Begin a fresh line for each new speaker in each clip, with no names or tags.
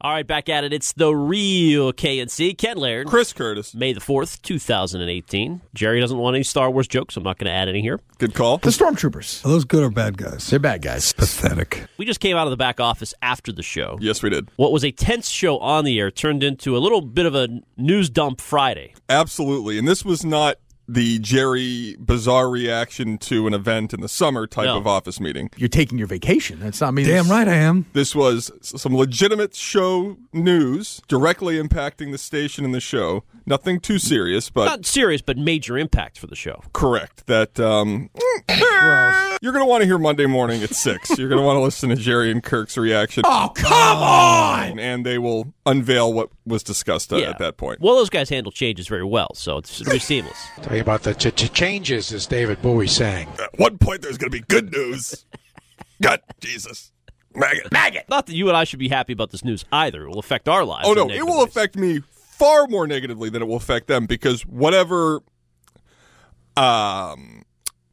All right, back at it. It's the real KNC. Ken Laird.
Chris Curtis.
May the 4th, 2018. Jerry doesn't want any Star Wars jokes. I'm not going to add any here.
Good call.
The stormtroopers.
Are those good or bad guys?
They're bad guys.
Pathetic.
We just came out of the back office after the show.
Yes, we did.
What was a tense show on the air turned into a little bit of a news dump Friday.
Absolutely. And this was not the Jerry bizarre reaction to an event in the summer type
No.
of office meeting.
You're taking your vacation. That's not me.
Damn right I am.
This was s- some legitimate show news directly impacting the station and the show. Nothing too serious, but
Not serious, but major impact for the show.
correct that um, you're going to want to hear Monday morning at 6. you're going to want to listen to Jerry and Kirk's reaction. Um,
Oh, come on.
And they will unveil what was discussed uh, at-
Yeah.
at that point.
Well, those guys handle changes very well, so it's it'll be seamless.
Tell you about the ch- ch- changes, as David Bowie sang.
At one point, there's going to be good news. God, Jesus. Maggot. Maggot.
Not that you and I should be happy about this news either. It will affect our lives.
Oh
in
no, it
negative
will
ways.
affect me far more negatively than it will affect them because whatever um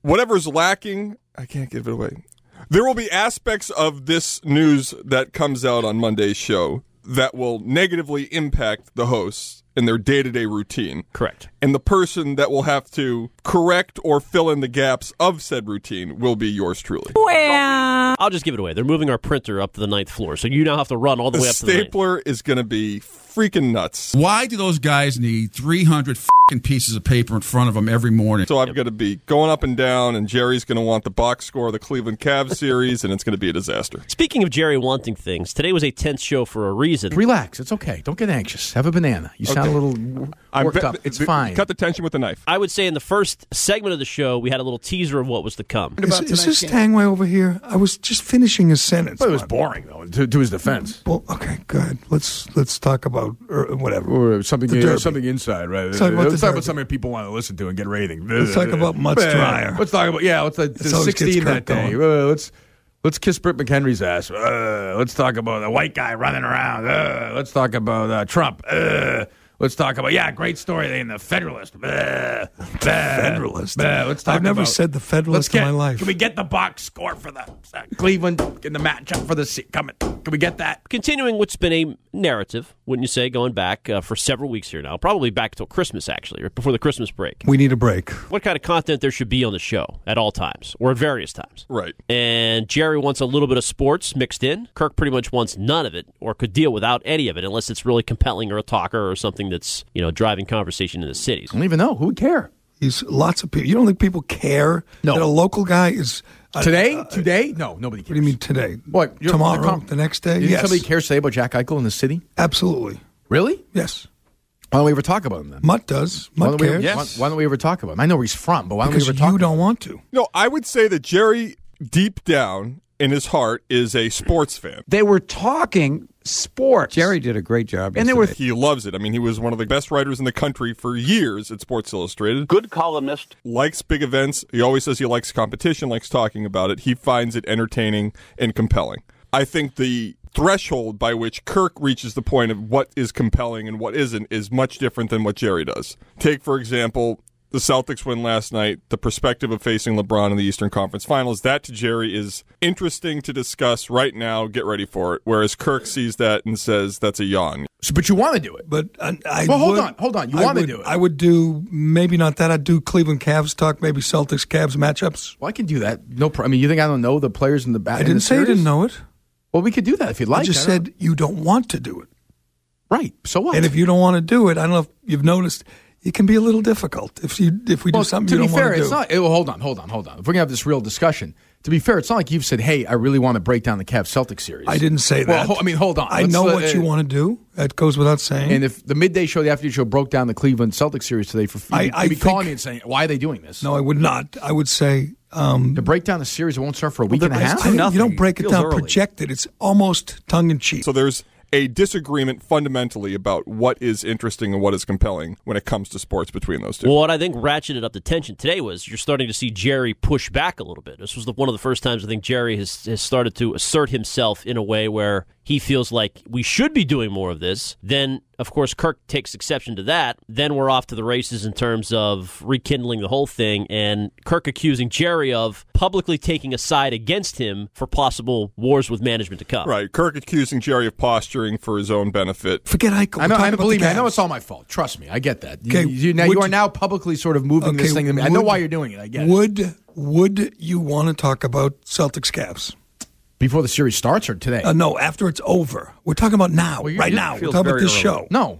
whatever's lacking, I can't give it away. There will be aspects of this news that comes out on Monday's show that will negatively impact the hosts in their day-to-day routine
Correct.
and the person that will have to correct or fill in the gaps of said routine will be yours truly.
I'll just give it away. They're moving our printer up to the ninth floor, so you now have to run all the,
The
way up to the ninth.
stapler is going to be freaking nuts.
Why do those guys need 300 fing pieces of paper in front of them every morning?
So I'm going to be going up and down, and Jerry's going to want the box score of the Cleveland Cavs series, and it's going to be a disaster.
Speaking of Jerry wanting things, today was a tense show for a reason.
Relax. It's okay. Don't get anxious. Have a banana. You sound a little w- worked
be-
up. It's
th-
fine.
Cut the tension with a knife.
I would say in the first segment of the show, we had a little teaser of what was to come.
Is, is this Tangway over here? I was just finishing his sentence.
But it was
Mark.
boring though. To, to his defense,
Well, okay, good. Let's let's talk about er, whatever.
or something,
The derby.
something inside, right?
Let's talk about
let's
the
talk about
derby.
something people want to listen to and get rating.
Let's talk about Mutz
Man,
Dryer.
Let's talk about yeah. What's the,
This
the
always gets
16 that
Kirk
day?
going.
Uh, let's let's kiss Britt McHenry's ass. Uh, let's talk about the white guy running around. Uh, let's talk about uh, Trump. Uh, let's talk about yeah, great story in the Federalist. Uh,
Federalist.
let's talk
I've never
about-
said the Federalist
let's get-
in my life.
Can we get the box score for the uh, Cleveland in the matchup for the se- coming? Can we get that?
Continuing what's been a narrative, wouldn't you say, going back uh, for several weeks here now, probably back till Christmas, actually, or before the Christmas break,
We need a break.
what kind of content there should be on the show at all times or at various times.
Right.
And Jerry wants a little bit of sports mixed in. Kirk pretty much wants none of it or could deal without any of it unless it's really compelling or a talker or something that's, you know, driving conversation in the cities.
don't even know. Who would care?
He's lots of people. You don't think people care
No.
that a local guy is uh, a-
Today? today? No, nobody cares.
What do you mean today?
What, you're-
Tomorrow?
the comp-
the next day?
Do you
yes.
think somebody cares today about Jack Eichel in the city?
Absolutely.
Really?
Yes.
Why don't we ever talk about him then?
Mutt does.
Why
Mutt
don't, we,
cares.
why, why don't we ever talk about him? I know where he's from, but why don't
Because
we ever
you
talk?
don't want to.
No, I would say that Jerry, deep down in his heart, is a sports fan.
They were talking sports.
Jerry did a great job.
And they were-
He loves it. I mean, he was one of the best writers in the country for years at Sports Illustrated.
good columnist.
Likes big events. He always says he likes competition, likes talking about it. He finds it entertaining and compelling. I think the threshold by which Kirk reaches the point of what is compelling and what isn't is much different than what Jerry does. Take, for example, the Celtics win last night, the perspective of facing LeBron in the Eastern Conference Finals, that to Jerry is interesting to discuss right now. Get ready for it. Whereas Kirk sees that and says, that's a yawn.
So- but you want to do it.
But I, I
Well, hold
would-
on, hold on. You
I
wanna
would-
do it.
I would do maybe not that. I'd do Cleveland Cavs talk, maybe Celtics Cavs matchups.
Well, I can do that. No problem. I mean, you think I don't know the players in the back?
I didn't say I didn't know it.
Well, we could do that if you'd like.
I just
don't
said you don't want to do it.
know. right. So what?
And if you don't want to do it, I don't know if you've noticed, it can be a little difficult if you if we
well,
do something
to
you
be
don't
fair,
want to do.
it's not. eh, well, hold on, hold on, hold on. If we're gonna have this real discussion, to be fair, it's not like you've said, "Hey, I really want to break down the Cavs Celtics series."
I didn't say that.
Well, ho- I mean, hold on.
I
Let's
know
let-
what you
eh,
want to do. That goes without saying.
And if the midday show, the afternoon show, broke down the Cleveland Celtics series today, for
I-
you'd
I
be calling
think-
me and saying, "Why are they doing this?"
no, I would not. I would say um,
to break down a series that won't start for a week and a half.
I- you don't break it
Feels
down.
early.
Project it. It's almost tongue in cheek.
So there's a disagreement fundamentally about what is interesting and what is compelling when it comes to sports between those two.
Well, what I think ratcheted up the tension today was you're starting to see Jerry push back a little bit. This was the, one of the first times I think Jerry has, has started to assert himself in a way where he feels like we should be doing more of this. Then, of course, Kirk takes exception to that. Then we're off to the races in terms of rekindling the whole thing and Kirk accusing Jerry of publicly taking a side against him for possible wars with management to come.
Right. Kirk accusing Jerry of posturing for his own benefit.
Forget Eichel.
I know.
We're talking
I know
about
believe
the
me. I know
Cavs.
it's all my fault. Trust me. I get that. You,
'Kay,
you- now,
would
you are
you-
now publicly sort of moving this
Okay,
thing. To me. I know
would-
why you're doing it. I get it.
Would would you want to talk about Celtics Cavs?
Before the series starts or today?
Uh, no, after it's over. We're talking about now,
you-
right
it
now. We're
feels
talking about
very
this
early.
show.
no,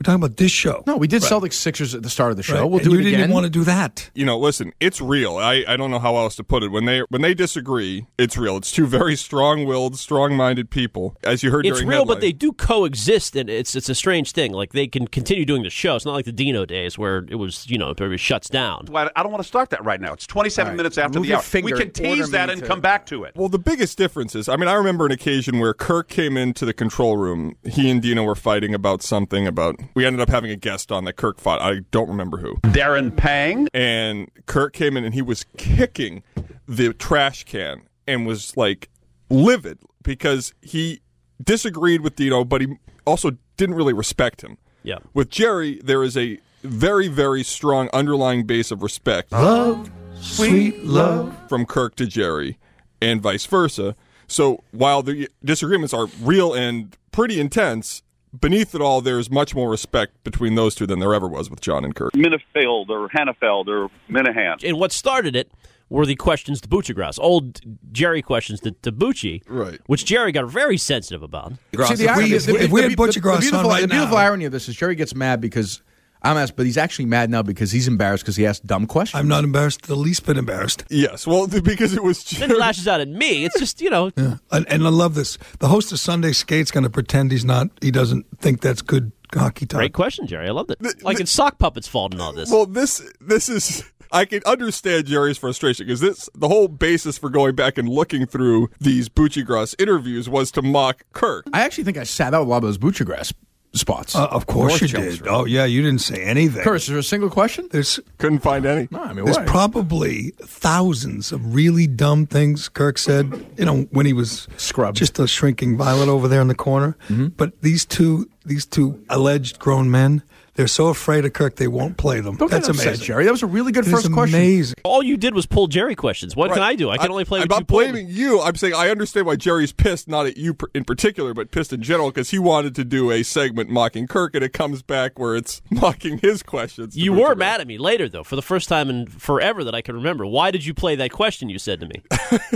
We're talking about this show.
no. We did Celtics Sixers at the start of the show.
Right?
We'll
And
do
you
it
didn't
again.
want to do that.
You know, listen, it's real. I, I don't know how else to put it. When they when they disagree, it's real. It's two very strong-willed, strong-minded people. As you heard
It's
during
real, but
headline.
they do coexist, and it's it's a strange thing. Like they can continue doing the show. It's not like the Dino days where it was you know everybody shuts down.
Why- I don't want to start that right now. It's 27 minutes after
Move
the
your
hour.
finger
we can
and order
tease
me
that and
to-
come back to it.
Well, the biggest difference is, I mean, I remember an occasion where Kirk came into the control room. He and Dino were fighting about something about. We ended up having a guest on that Kirk fought. I don't remember who.
Darren Pang.
And Kirk came in and he was kicking the trash can and was like livid because he disagreed with Dino, but he also didn't really respect him.
Yeah.
With Jerry, there is a very, very strong underlying base of respect
Love, sweet love.
from Kirk to Jerry and vice versa. So while the disagreements are real and pretty intense, beneath it all, there's much more respect between those two than there ever was with John and Kirk.
Minifeld or Hannafeld or Minahan.
and what started it were the questions to Bucciagrass, old Jerry questions to, to Bucci,
Right.
which Jerry got very sensitive about.
See, the irony is-
we-
the-
if we
the-
had Butcher
the-
Gross
the
on
beautiful,
right
the beautiful
now-
irony of this is Jerry gets mad because I'm asked, but he's actually mad now because he's embarrassed because he asked dumb questions.
I'm not embarrassed, the least bit embarrassed.
Yes, well, th- because it was
Then he
Jerry.
lashes out at me. It's just you know,
And, and I love this. The host of Sunday Skate's going to pretend he's not. He doesn't think that's good hockey talk.
great question, Jerry. I loved it. Like it's sock puppets fault in all this.
Well, this this is I can understand Jerry's frustration because this the whole basis for going back and looking through these Bucciagrass interviews was to mock Kirk.
I actually think I sat out a lot of those Butcher Grass spots.
Uh, of course you did. Oh yeah, you didn't say anything.
Curse, is there a single question?
There's
Couldn't find any.
No, I mean,
there's
why?
probably thousands of really dumb things Kirk said. You know when he was
Scrub.
just a shrinking violet over there in the corner.
Mm-hmm.
But these two, these two alleged grown men, they're so afraid of Kirk they won't play them.
Don't
that's
get upset,
amazing,
Jerry. That was a really good
It is
first question.
Amazing.
all you did was pull Jerry questions. What can I do? I can only play.
I'm
with two
not
points.
blaming you. I'm saying I understand why Jerry's pissed, not at you per- in particular, but pissed in general because he wanted to do a segment mocking Kirk, and it comes back where it's mocking his questions. to
You
Bruce
were
Irving.
mad at me later, though, for the first time in forever that I can remember. Why did you play that question you said to me?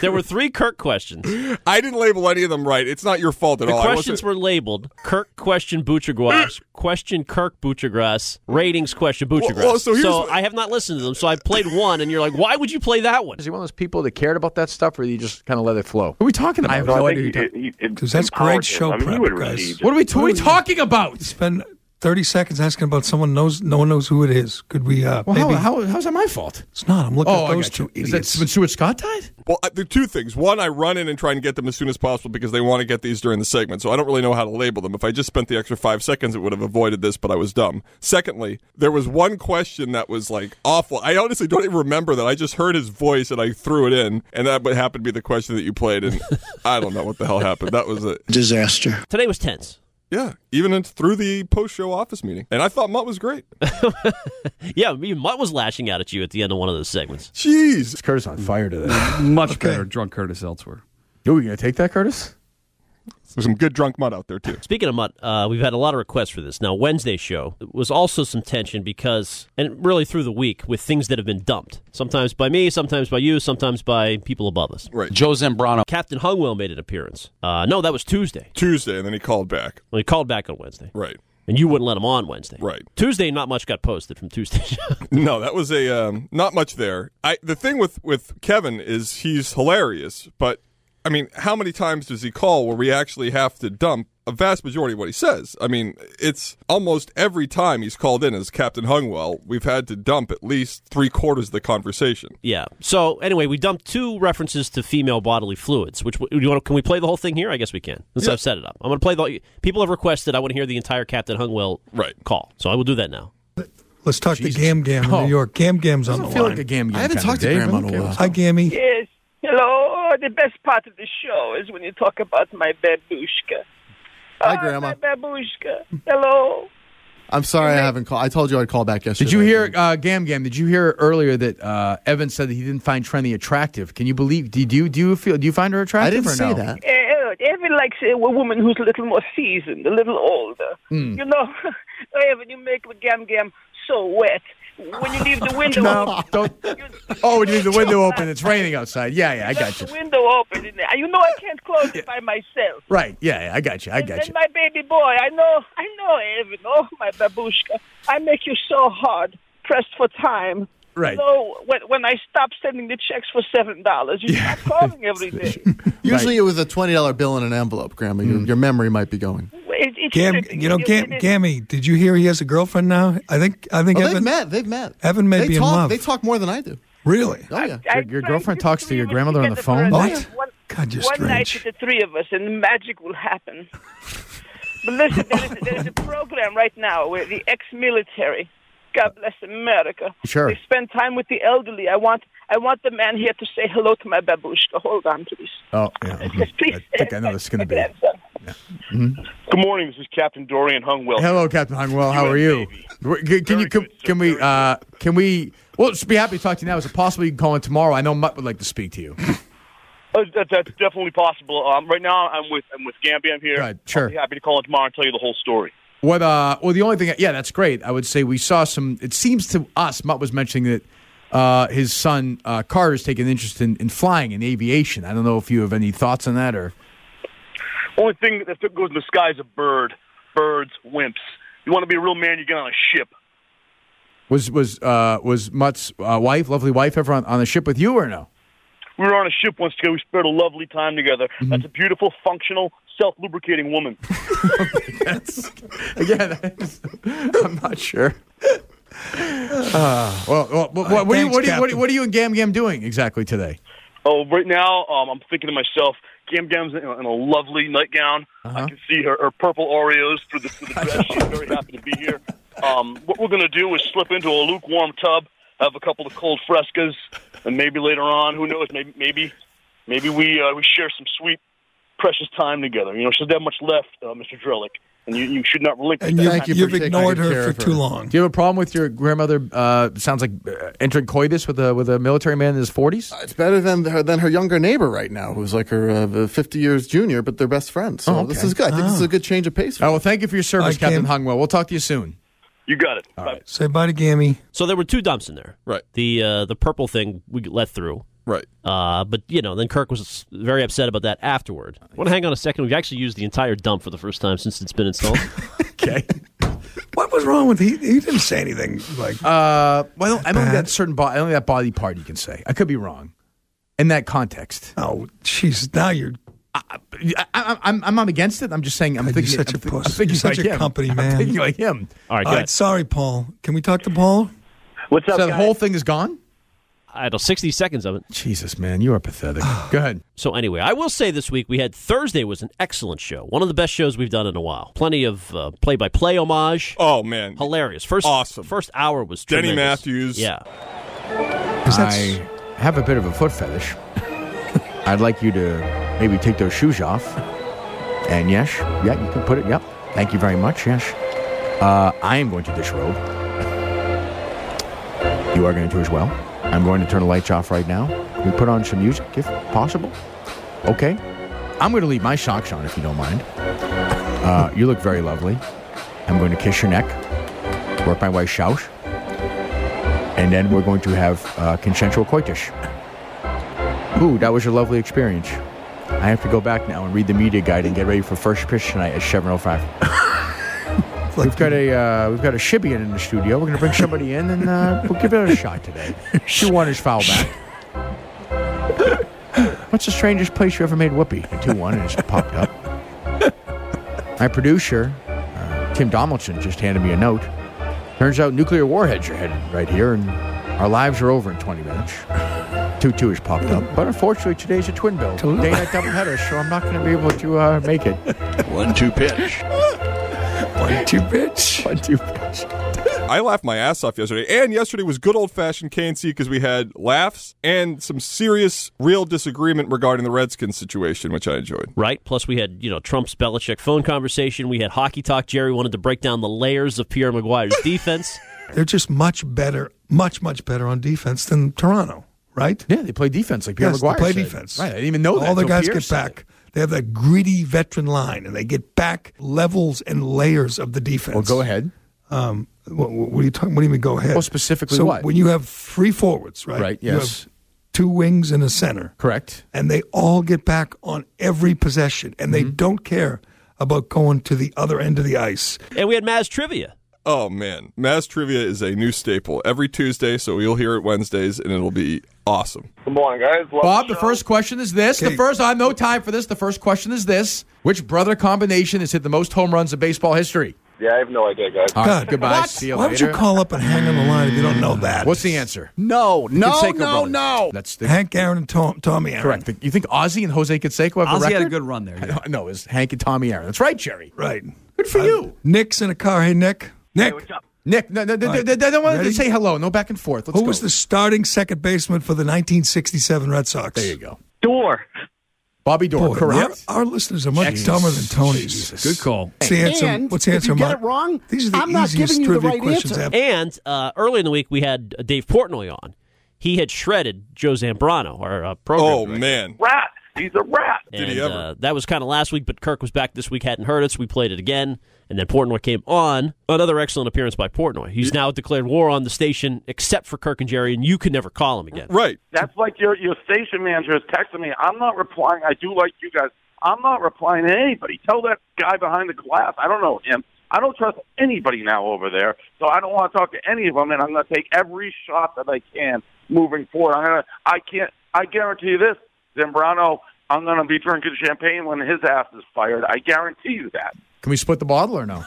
There were three Kirk questions.
I didn't label any of them right. It's not your fault at
The
all. I
questions
wasn't-
were labeled Kirk question Buchagrass, question Kirk Buchagrass, ratings question Buchagrass.
well, so here's what-
I have not listened to them, so I played one, and you're like, why would you play that one?
Is he one of those people that cared about that stuff, or you just kind of let it flow?
What are we talking about?
I have no idea. who you're talking-
Because that's great show prep, guys.
What are we, what are we talking about?
Spend thirty seconds asking about someone knows no one knows who it is. Could we? Uh,
Well,
maybe
how, how, how's that my fault?
it's not. I'm looking
Oh,
at
I
those
got you.
two
Is
idiots.
that when Stuart Scott died?
Well, I, there are two things. One, I run in and try and get them as soon as possible because they want to get these during the segment, so I don't really know how to label them. If I just spent the extra five seconds, it would have avoided this, but I was dumb. Secondly, there was one question that was like awful. I honestly don't even remember that. I just heard his voice and I threw it in, and that would happen to be the question that you played, and I don't know what the hell happened. That was it.
Disaster.
Today was tense.
Yeah, even in, through the post-show office meeting, and I thought Mutt was great.
Yeah, me Mutt was lashing out at you at the end of one of those segments.
Jeez,
Curtis on fire today.
Much better drunk Curtis elsewhere.
Yo, you going to take that, Curtis?
there's some good drunk Mutt out there too.
Speaking of Mutt, uh, we've had a lot of requests for this. Now, Wednesday's show was also some tension because, and really through the week, with things that have been dumped. Sometimes by me, sometimes by you, sometimes by people above us.
Joe Zambrano.
Captain Hungwell made an appearance. Uh, no, that was Tuesday.
Tuesday, and then he called back.
Well, he called back on Wednesday,
Right.
and you wouldn't let him on Wednesday.
Right.
Tuesday, not much got posted from Tuesday.
No, that was a um, not much there. I the thing with with Kevin is he's hilarious, but I mean, how many times does he call where we actually have to dump a vast majority of what he says. I mean, it's almost every time he's called in as Captain Hungwell, we've had to dump at least three quarters of the conversation.
Yeah. So anyway, we dumped two references to female bodily fluids. Which do you want? Can we play the whole thing here? I guess we can. Since I've set it up, I'm going to play the. People have requested I want to hear the entire Captain Hungwell right. call, so I will do that now.
Let's talk to Gam Gam in
Oh.
New York. Gam Gam's on the
feel
line.
like a Gam Gam I haven't kind of talked to day, Graham but on a okay, while. what's
Hi, Gammy.
Yes. Hello. The best part of the show is when you talk about my babushka. Hi, Grandma. My babushka. Hello.
I'm sorry I haven't called. I told you I'd call back yesterday.
Did you hear, uh, Gam Gam? Did you hear earlier that uh, Evan said that he didn't find Trenny attractive? Can you believe? Did you do you feel? Do you find her attractive?
didn't
or
say
no?
that.
Uh, Evan likes a woman who's a little more seasoned, a little older.
Hmm.
You know, Evan, you make the gam gam so wet. When you leave the window,
No, don't. Oh, we leave the window open. It's raining outside. Yeah, yeah, I got you.
the window open, and you know I can't close it by myself.
Right. Yeah, yeah, I got you. I got you.
And my baby boy, I know, I know, Evan. Oh, my babushka, I make you so hard, pressed for time.
Right.
So when, when I stop sending the checks for seven dollars, you stop calling every day.
Usually it was a twenty dollar bill in an envelope, Grandma. Your, your memory might be going.
It, it's
Gam,
tricky.
you know,
It-
Gam,
it is-
Gammy, did you hear he has a girlfriend now? I think I think
Oh,
Evan,
they've met. They've met.
Evan may
they
be in
talk,
love.
They talk more than I do.
Really?
Oh yeah.
I
Your, your
tried
girlfriend talks to your grandmother on the phone.
What?
God,
you're
one
strange.
night with the three of us, and magic will happen. but listen, there is, there is a program right now where the ex-military, God bless America,
Sure.
they spend time with the elderly. I want, I want the man here to say hello to my babushka. Hold on, please.
Oh, yeah. mhm.
Please.
I think I know this is going to be. Mhm.
Good morning. This is Captain Dorian Hungwell.
Hello, Captain Hungwell. How are you? We're- Can, can you can, can we uh, can we? Well, just be happy to talk to you now. Is it possible you can call in tomorrow? I know Mutt would like to speak to you.
Uh, that, that's definitely possible. Um, right now, I'm with I'm with Gambi. I'm here.
Right, sure.
I'll be happy to call in tomorrow and tell you the whole story.
What? Uh, well, the only thing, yeah, that's great. I would say we saw some. It seems to us, Mutt was mentioning that uh, his son uh, Carter's taken interest in, in flying in aviation. I don't know if you have any thoughts on that or.
Only thing that goes in the sky is a bird. Birds, wimps. You want to be a real man, you get on a ship.
Was was uh, was Mutt's uh, wife, lovely wife, ever on, on the ship with you or no?
We were on a ship once together. We spent a lovely time together.
Mm-hmm.
That's a beautiful, functional, self-lubricating woman.
That's again. that's- I'm not sure. Uh, well, well, well, what, do you, what,
thanks,
do you, what, do
Captain.
you, what are you and Gam Gam doing exactly today?
Oh, right now, um, I'm thinking to myself, Gam Gam's in a, in a lovely nightgown.
Uh-huh.
I can see her, her purple Oreos through the, through the dress. She's very happy to be here. Um, what we're going to do is slip into a lukewarm tub, have a couple of cold frescas, and maybe later on, who knows, maybe maybe, maybe we uh, we share some sweet, precious time together. You know, she doesn't have much left, uh, Mr. Drellick, and you, you should not relinquish
And
that
you-
time.
you've ignored her for too long.
Do you have a problem with your grandmother? Uh, sounds like uh, entering coitus with a with a military man in his forties.
It's better than her than her younger neighbor right now, who's like her uh, fifty years junior, but they're best friends. So
Oh, okay.
this is good. I think this is a good change of pace. For
Uh, well, thank you for your service,
I
Captain
came-
Hungwell. We'll talk to you soon.
You got it.
All right.
Say bye to Gammy.
So there were two dumps in there. Right. The uh, the purple thing we let through.
Right.
Uh, but you know, then Kirk was very upset about that afterward. I want to hang on a second. We've actually used the entire dump for the first time since it's been installed.
okay.
What was wrong with he? He didn't say anything like.
Uh, well, I don't, I don't think
bad.
that certain bo- I don't think that body part you can say. I could be wrong. In that context.
Oh, jeez! Now you're.
I, I, I'm I'm not against it. I'm just saying. I'm
God, you're
thinking.
such
I'm
a
thi-
puss.
I'm thinking
You're such
like
a
him.
company
I'm
man.
thinking like him.
All right,
All
go
right.
ahead.
Sorry, Paul. Can we talk to Paul?
What's
So the whole thing is gone.
I don't know, 60 seconds of it.
Jesus, man, you are pathetic. Go ahead.
So anyway, I will say this week we had Thursday was an excellent show, one of the best shows we've done in a while. Plenty of uh, play-by-play homage.
Oh man,
hilarious! First, awesome. First hour was
Denny
tremendous.
Matthews.
Yeah,
I have a bit of a foot fetish. I'd like you to maybe take those shoes off. And yes, yeah, you can put it. Yep. Thank you very much. Yes. Uh, I am going to disrobe. You are going to as well. I'm going to turn the lights off right now. We put on some music if possible. Okay. I'm going to leave my socks on if you don't mind. Uh, you look very lovely. I'm going to kiss your neck, work my way south, and then we're going to have uh, consensual coitus. Ooh, that was a lovely experience. I have to go back now and read the media guide and get ready for first pitch tonight at 7:05. we've got a uh, we've got a Shibian in the studio. We're going to bring somebody in and uh, we'll give it a shot today. She won his foul back. What's the strangest place you ever made whoopee? A two one and it's popped up. My producer, uh, Tim Donaldson, just handed me a note. Turns out nuclear warheads are headed right here, and our lives are over in 20 minutes. 2 2 has popped up. But unfortunately, today's a twin bill. Day night doubleheader, so I'm not going to be able to uh, make it.
One two pitch.
One, two, bitch. One, two,
I laughed my ass off yesterday, and yesterday was good old fashioned KNC because we had laughs and some serious, real disagreement regarding the Redskins situation, which I enjoyed.
Right. Plus, we had you know Trump's Belichick phone conversation. We had hockey talk. Jerry wanted to break down the layers of Pierre Maguire's defense.
They're just much better, much much better on defense than Toronto, right?
Yeah, they play defense like Pierre
yes,
Maguire
They play
said.
defense.
Right, I didn't even know that
All the
until
guys
Pierre
get
said
back. They have that greedy veteran line, and they get back levels and layers of the defense. Well, go
ahead.
Um, what, what are you talking? What do you mean, go ahead?
Well, Oh, specifically
so
what?
when you have three forwards, right?
Right,
You have
yes.
two wings and a center.
Correct.
And they all get back on every possession, and
Mm-hmm.
they don't care about going to the other end of the ice.
and we had Maz trivia.
Oh, man. Maz Trivia is a new staple every Tuesday, so you'll hear it Wednesdays, and it'll be awesome.
Good morning, guys. Love
Bob, the first question is this. The first, I have no time for this. The first question is this. Which brother combination has hit the most home runs in baseball history?
Yeah, I have no idea, guys.
All right, goodbye.
What?
See you
Why would
later.
you call up and hang on the line if you don't know that?
What's the answer?
No,
Canseco brothers. That's the,
Hank Aaron and Tom, Tommy Aaron.
correct. You think Ozzy and Jose Canseco have
Ozzy
the
had
record?
a
good run there. No, it's Hank and Tommy Aaron. That's right, Jerry.
Right. Uh,
Good for you.
Nick's in a car. Hey, Nick. Nick.
Nick, no, no,
All
they,
right.
they- they don't want to
Ready?
say hello. No back and forth. Let's
Who
go.
was the starting second baseman for the 1967 Red Sox?
There you go.
Door.
Bobby Dorr, correct.
Our listeners are much dumber than Tony's.
Good call.
What's the answer?
And
what's the
if
answer,
you get
Mark?
it wrong,
These are the
I'm not
easiest
giving you the
trivia
right
questions
answer.
ever.
And uh, early in the week, we had uh, Dave Portnoy on. He had shredded Joe Zambrano, our uh, program.
Oh,
director.
man.
Rat. He's a rat.
Did
And,
he ever?
Uh, that was kind of last week, but Kirk was back this week, hadn't heard it, so we played it again. And then Portnoy came on. Another excellent appearance by Portnoy. He's now declared war on the station, except for Kirk and Jerry, and you can never call him again.
Right.
That's like your your station manager is texting me. I'm not replying. I do like you guys. I'm not replying to anybody. Tell that guy behind the glass. I don't know him. I don't trust anybody now over there. So I don't want to talk to any of them. And I'm going to take every shot that I can moving forward. I'm going to. I can't. I guarantee you this, Zambrano. I'm going to be drinking champagne when his ass is fired. I guarantee you that.
Can we split the bottle or no?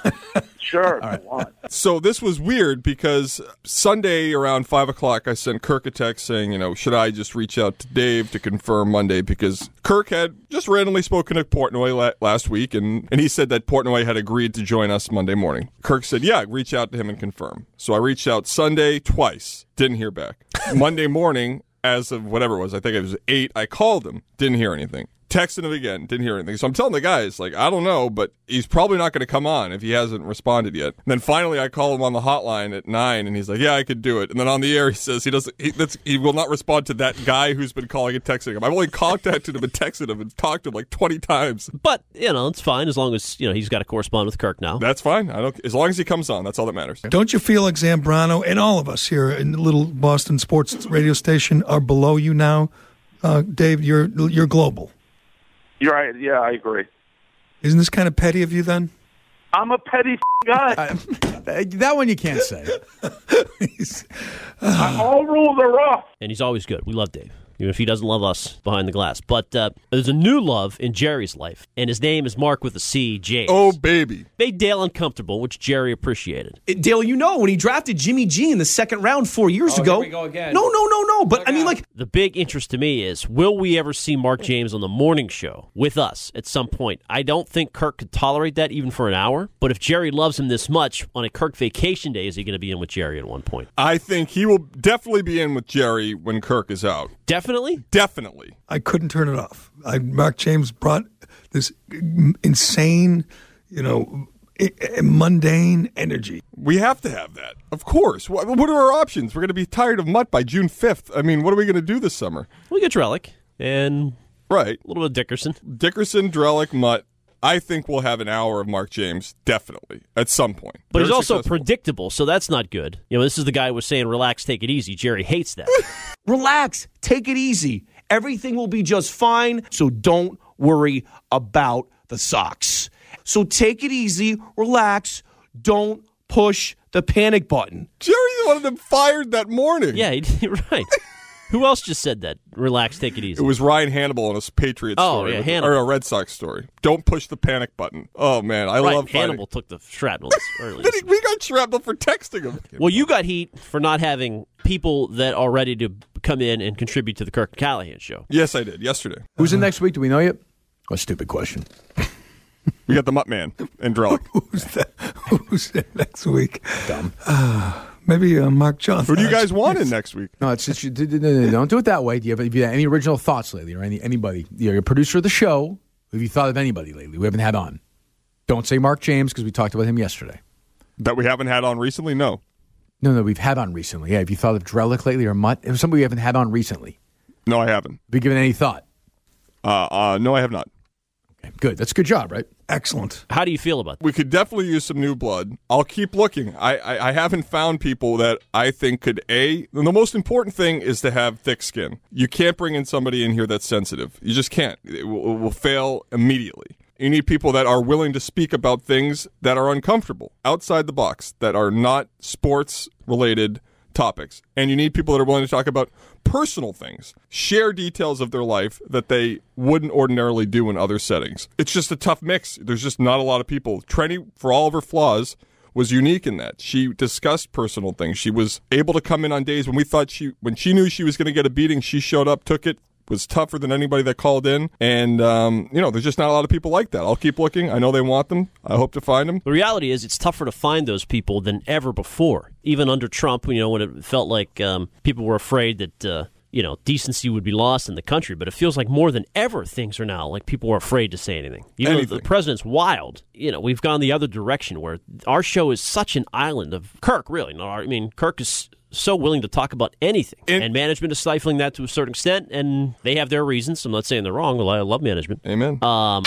Sure. if you want.
So this was weird because Sunday around five o'clock, I sent Kirk a text saying, you know, should I just reach out to Dave to confirm Monday because Kirk had just randomly spoken to Portnoy la- last week, and and he said that Portnoy had agreed to join us Monday morning. Kirk said, yeah, reach out to him and confirm. So I reached out Sunday twice, didn't hear back. Monday morning, as of whatever it was, I think it was eight, I called him, didn't hear anything. Texted him again, didn't hear anything. So I'm telling the guys, like, I don't know, but he's probably not going to come on if he hasn't responded yet. And then finally, I call him on the hotline at nine, and he's like, "Yeah, I could do it." And then on the air, he says he doesn't. He, that's, he will not respond to that guy who's been calling and texting him. I've only contacted him and texted him and talked to him like 20 times.
But you know, it's fine as long as you know he's got to correspond with Kirk now.
That's fine. I don't. As long as he comes on, that's all that matters.
Don't you feel like Zambrano and all of us here in the little Boston sports radio station are below you now, uh, Dave? You're you're global.
You're right. Yeah, I agree.
Isn't this kind of petty of you then?
I'm a petty guy.
that one you can't say.
All rules are off.
and he's always good. We love Dave, even if he doesn't love us behind the glass. But uh, there's a new love in Jerry's life, and his name is Mark with a C, James.
Oh, baby.
Made Dale uncomfortable, which Jerry appreciated.
It- Dale, you know when he drafted Jimmy G in the second round four years
Oh,
ago.
here we go again.
No, no, no, no. But I mean, like,
The big interest to me is will we ever see Mark James on the morning show with us at some point? I don't think Kirk could tolerate that even for an hour. But if Jerry loves him this much, on a Kirk vacation day, is he going to be in with Jerry at one point?
I think he will definitely be in with Jerry when Kirk is out.
Definitely.
Definitely.
I couldn't turn it off. I, Mark James brought this insane, you know, i- i- mundane energy.
We have to have that, of course. What, what are our options? We're going to be tired of Mutt by June 5th. I mean, what are we going to do this summer?
We get Drellick and
right
a little bit of Dickerson,
Dickerson, Drellick, Mutt. I think we'll have an hour of Mark James definitely at some point.
But he's
Very
also
successful.
predictable, so that's not good. You know, this is the guy who was saying, relax, take it easy. Jerry hates that.
relax, take it easy. Everything will be just fine. So don't worry about the socks. So take it easy, relax, don't push the panic button.
Uh-huh. Jerry's one of them fired that morning.
Yeah, he, right. Who else just said that? Relax, take it easy.
It was Ryan Hannibal on a Patriots
Oh,
story
yeah,
with-
Hannibal.
or a Red Sox story. Don't push the panic button. Oh man, I
right,
love fighting.
Hannibal took the shrapnel this early.
Then he- we got shrapnel for texting him.
Well, you got heat for not having people that are ready to come in and contribute to the Kirk Callahan show.
Yes, I did yesterday.
Who's in next week? Do we know yet?
Oh,
A stupid question. we got the Mutt Man and Drellick.
Who's in next week? Dumb. maybe uh, Mark Johnson.
Who do you guys want in
next week?
No, it's just you, no, no, no, don't do it that way. Do you have, have you had any original thoughts lately, or any anybody? You're a producer of the show. Have you thought of anybody lately? We haven't had on. Don't say Mark James because we talked about him yesterday.
That we haven't had on recently. No,
no, no. We've had on recently. Yeah, have you thought of Drellick lately or Mutt? If somebody we haven't had on recently,
no, I haven't.
Have you given any thought?
Uh, uh, no, I have not.
Okay, good. That's a good job, right?
Excellent.
How do you feel about that?
We could definitely use some new blood. I'll keep looking. I, I, I haven't found people that I think could A. And the most important thing is to have thick skin. You can't bring in somebody in here that's sensitive. You just can't. It will, it will fail immediately. You need people that are willing to speak about things that are uncomfortable, outside the box, that are not sports related topics. And you need people that are willing to talk about personal things, share details of their life that they wouldn't ordinarily do in other settings. It's just a tough mix. There's just not a lot of people. Trenny, for all of her flaws, was unique in that she discussed personal things. She was able to come in on days when we thought she, when she knew she was going to get a beating, she showed up, took it, was tougher than anybody that called in. And, um, you know, there's just not a lot of people like that. I'll keep looking. I know they want them. I hope to find them.
The reality is, it's tougher to find those people than ever before. Even under Trump, you know, when it felt like um, people were afraid that uh, you know decency would be lost in the country, but it feels like more than ever things are now like people are afraid to say anything. Even though the president's wild, you know, we've gone the other direction where our show is such an island of Kirk. Really, not our, I mean, Kirk is so willing to talk about anything, and management is stifling that to a certain extent, and they have their reasons. I'm not saying they're wrong. I love management.
Amen.
Um,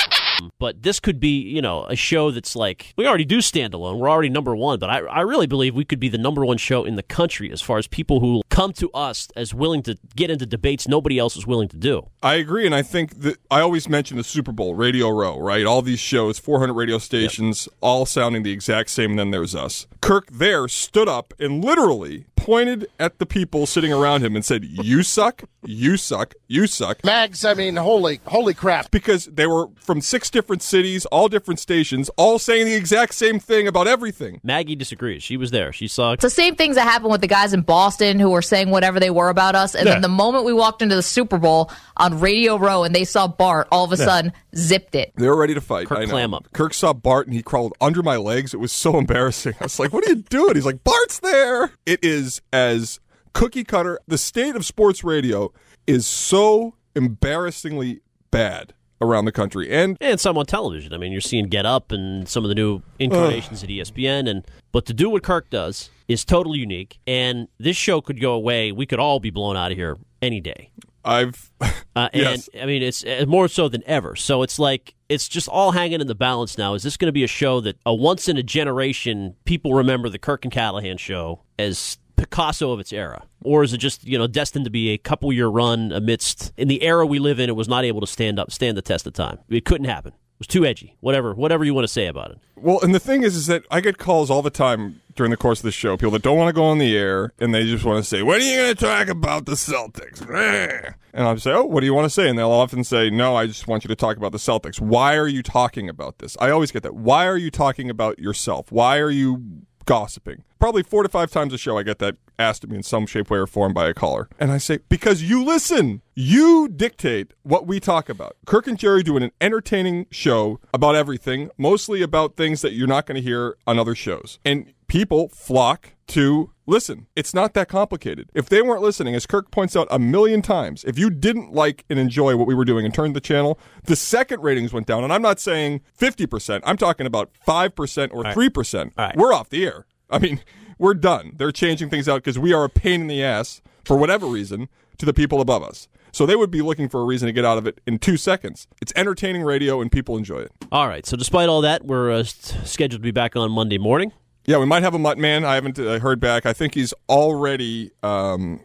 but this could be, you know, a show that's like we already do standalone. We're already number one, but I, I really believe we could be the number one show in the country as far as people who come to us as willing to get into debates nobody else is willing to do.
I agree, and I think that I always mention the Super Bowl, Radio Row, right? All these shows, 400 radio stations, all sounding the exact same, and then there's us. Kirk there stood up and literally pointed at the people sitting around him and said, You suck, you suck, you suck.
Mags, I mean, holy, holy crap.
Because they were from six different cities, all different stations, all saying the exact same thing about everything.
Maggie disagrees. She was there. She saw.
It's the same things that happened with the guys in Boston who were saying whatever they were about us. And
Yeah.
then the moment we walked into the Super Bowl on Radio Row and they saw Bart, all of a
Yeah.
sudden zipped it.
They were ready to fight.
Kirk
I know.
clam up.
Kirk saw Bart and he crawled under my legs. It was so embarrassing. I was like, "What are you doing?" He's like, "Bart's there." It is as cookie cutter. The state of sports radio is so embarrassingly bad around the country, and
and some on television. I mean, you're seeing Get Up and some of the new incarnations at E ESPN, and but to do what Kirk does is totally unique. And this show could go away. We could all be blown out of here any day.
I've
uh, and
Yes.
I mean it's uh, more so than ever. So it's like it's just all hanging in the balance now. Is this going to be a show that a once in a generation people remember the Kirk and Callahan show as Picasso of its era, or is it just you know destined to be a couple year run amidst in the era we live in? It was not able to stand up, stand the test of time. It couldn't happen. It was too edgy. Whatever, whatever you want to say about it.
Well, and the thing is, is that I get calls all the time during the course of the show. People that don't want to go on the air and they just want to say, "When are you going to talk about the Celtics?" Eh." And I'll say, "Oh, what do you want to say?" And they'll often say, "No, I just want you to talk about the Celtics." Why are you talking about this? I always get that. Why are you talking about yourself? Why are you gossiping? Probably four to five times a show, I get that asked of me in some shape, way, or form by a caller, and I say, "Because you listen, you dictate what we talk about." Kirk and Jerry doing an entertaining show about everything, mostly about things that you're not going to hear on other shows, and people flock to listen. It's not that complicated. If they weren't listening, as Kirk points out a million times, if you didn't like and enjoy what we were doing and turned the channel, the second ratings went down. And I'm not saying 50%, I'm talking about 5% or 3%. We're off the air. I mean, we're done. They're changing things out because we are a pain in the ass, for whatever reason, to the people above us. So they would be looking for a reason to get out of it in two seconds. It's entertaining radio and people enjoy it.
All right. So despite all that, we're uh, s- scheduled to be back on Monday morning.
Yeah, we might have a mutt man. I haven't uh, heard back. I think he's already. Um,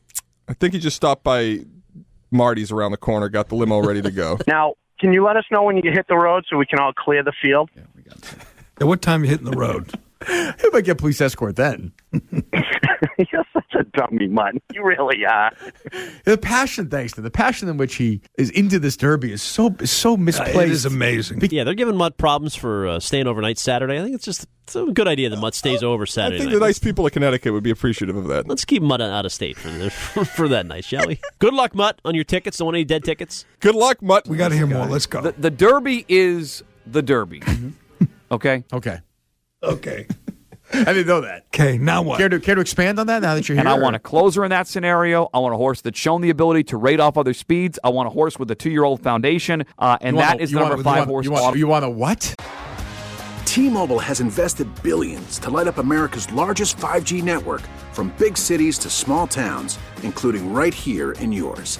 I think he just stopped by Marty's around the corner, got the limo ready to go.
Now, can you let us know when you hit the road so we can all clear the field?
At what time you hitting the road?
He might get police escort then.
You're such
a dummy, man. You really are.
The passion, thanks to the passion in which he is into this derby, is so is so misplaced.
yeah, they're giving Mutt problems for uh, staying overnight Saturday. I think it's just it's a good idea that Mutt stays over Saturday.
I think
night.
the nice people of Connecticut would be appreciative of that.
Let's keep Mutt out of state for the, for that night, shall we? Good luck, Mutt, on your tickets. Don't want any dead tickets.
Good luck, Mutt.
We got to hear more. Let's go.
The, the Derby is the Derby. okay.
Okay.
Okay.
I didn't know that.
Okay, now what?
Care to care to expand on that now that you're
And
here?
I want a closer in that scenario. I want a horse that's shown the ability to rate off other speeds. I want a horse with a two-year-old foundation, uh, and
You want
that
a-
is
you
the
want-
number
you
five
want-
horse.
you want-
auto-
you want a what?
T-Mobile has invested billions to light up America's largest 5G network from big cities to small towns, including right here in yours.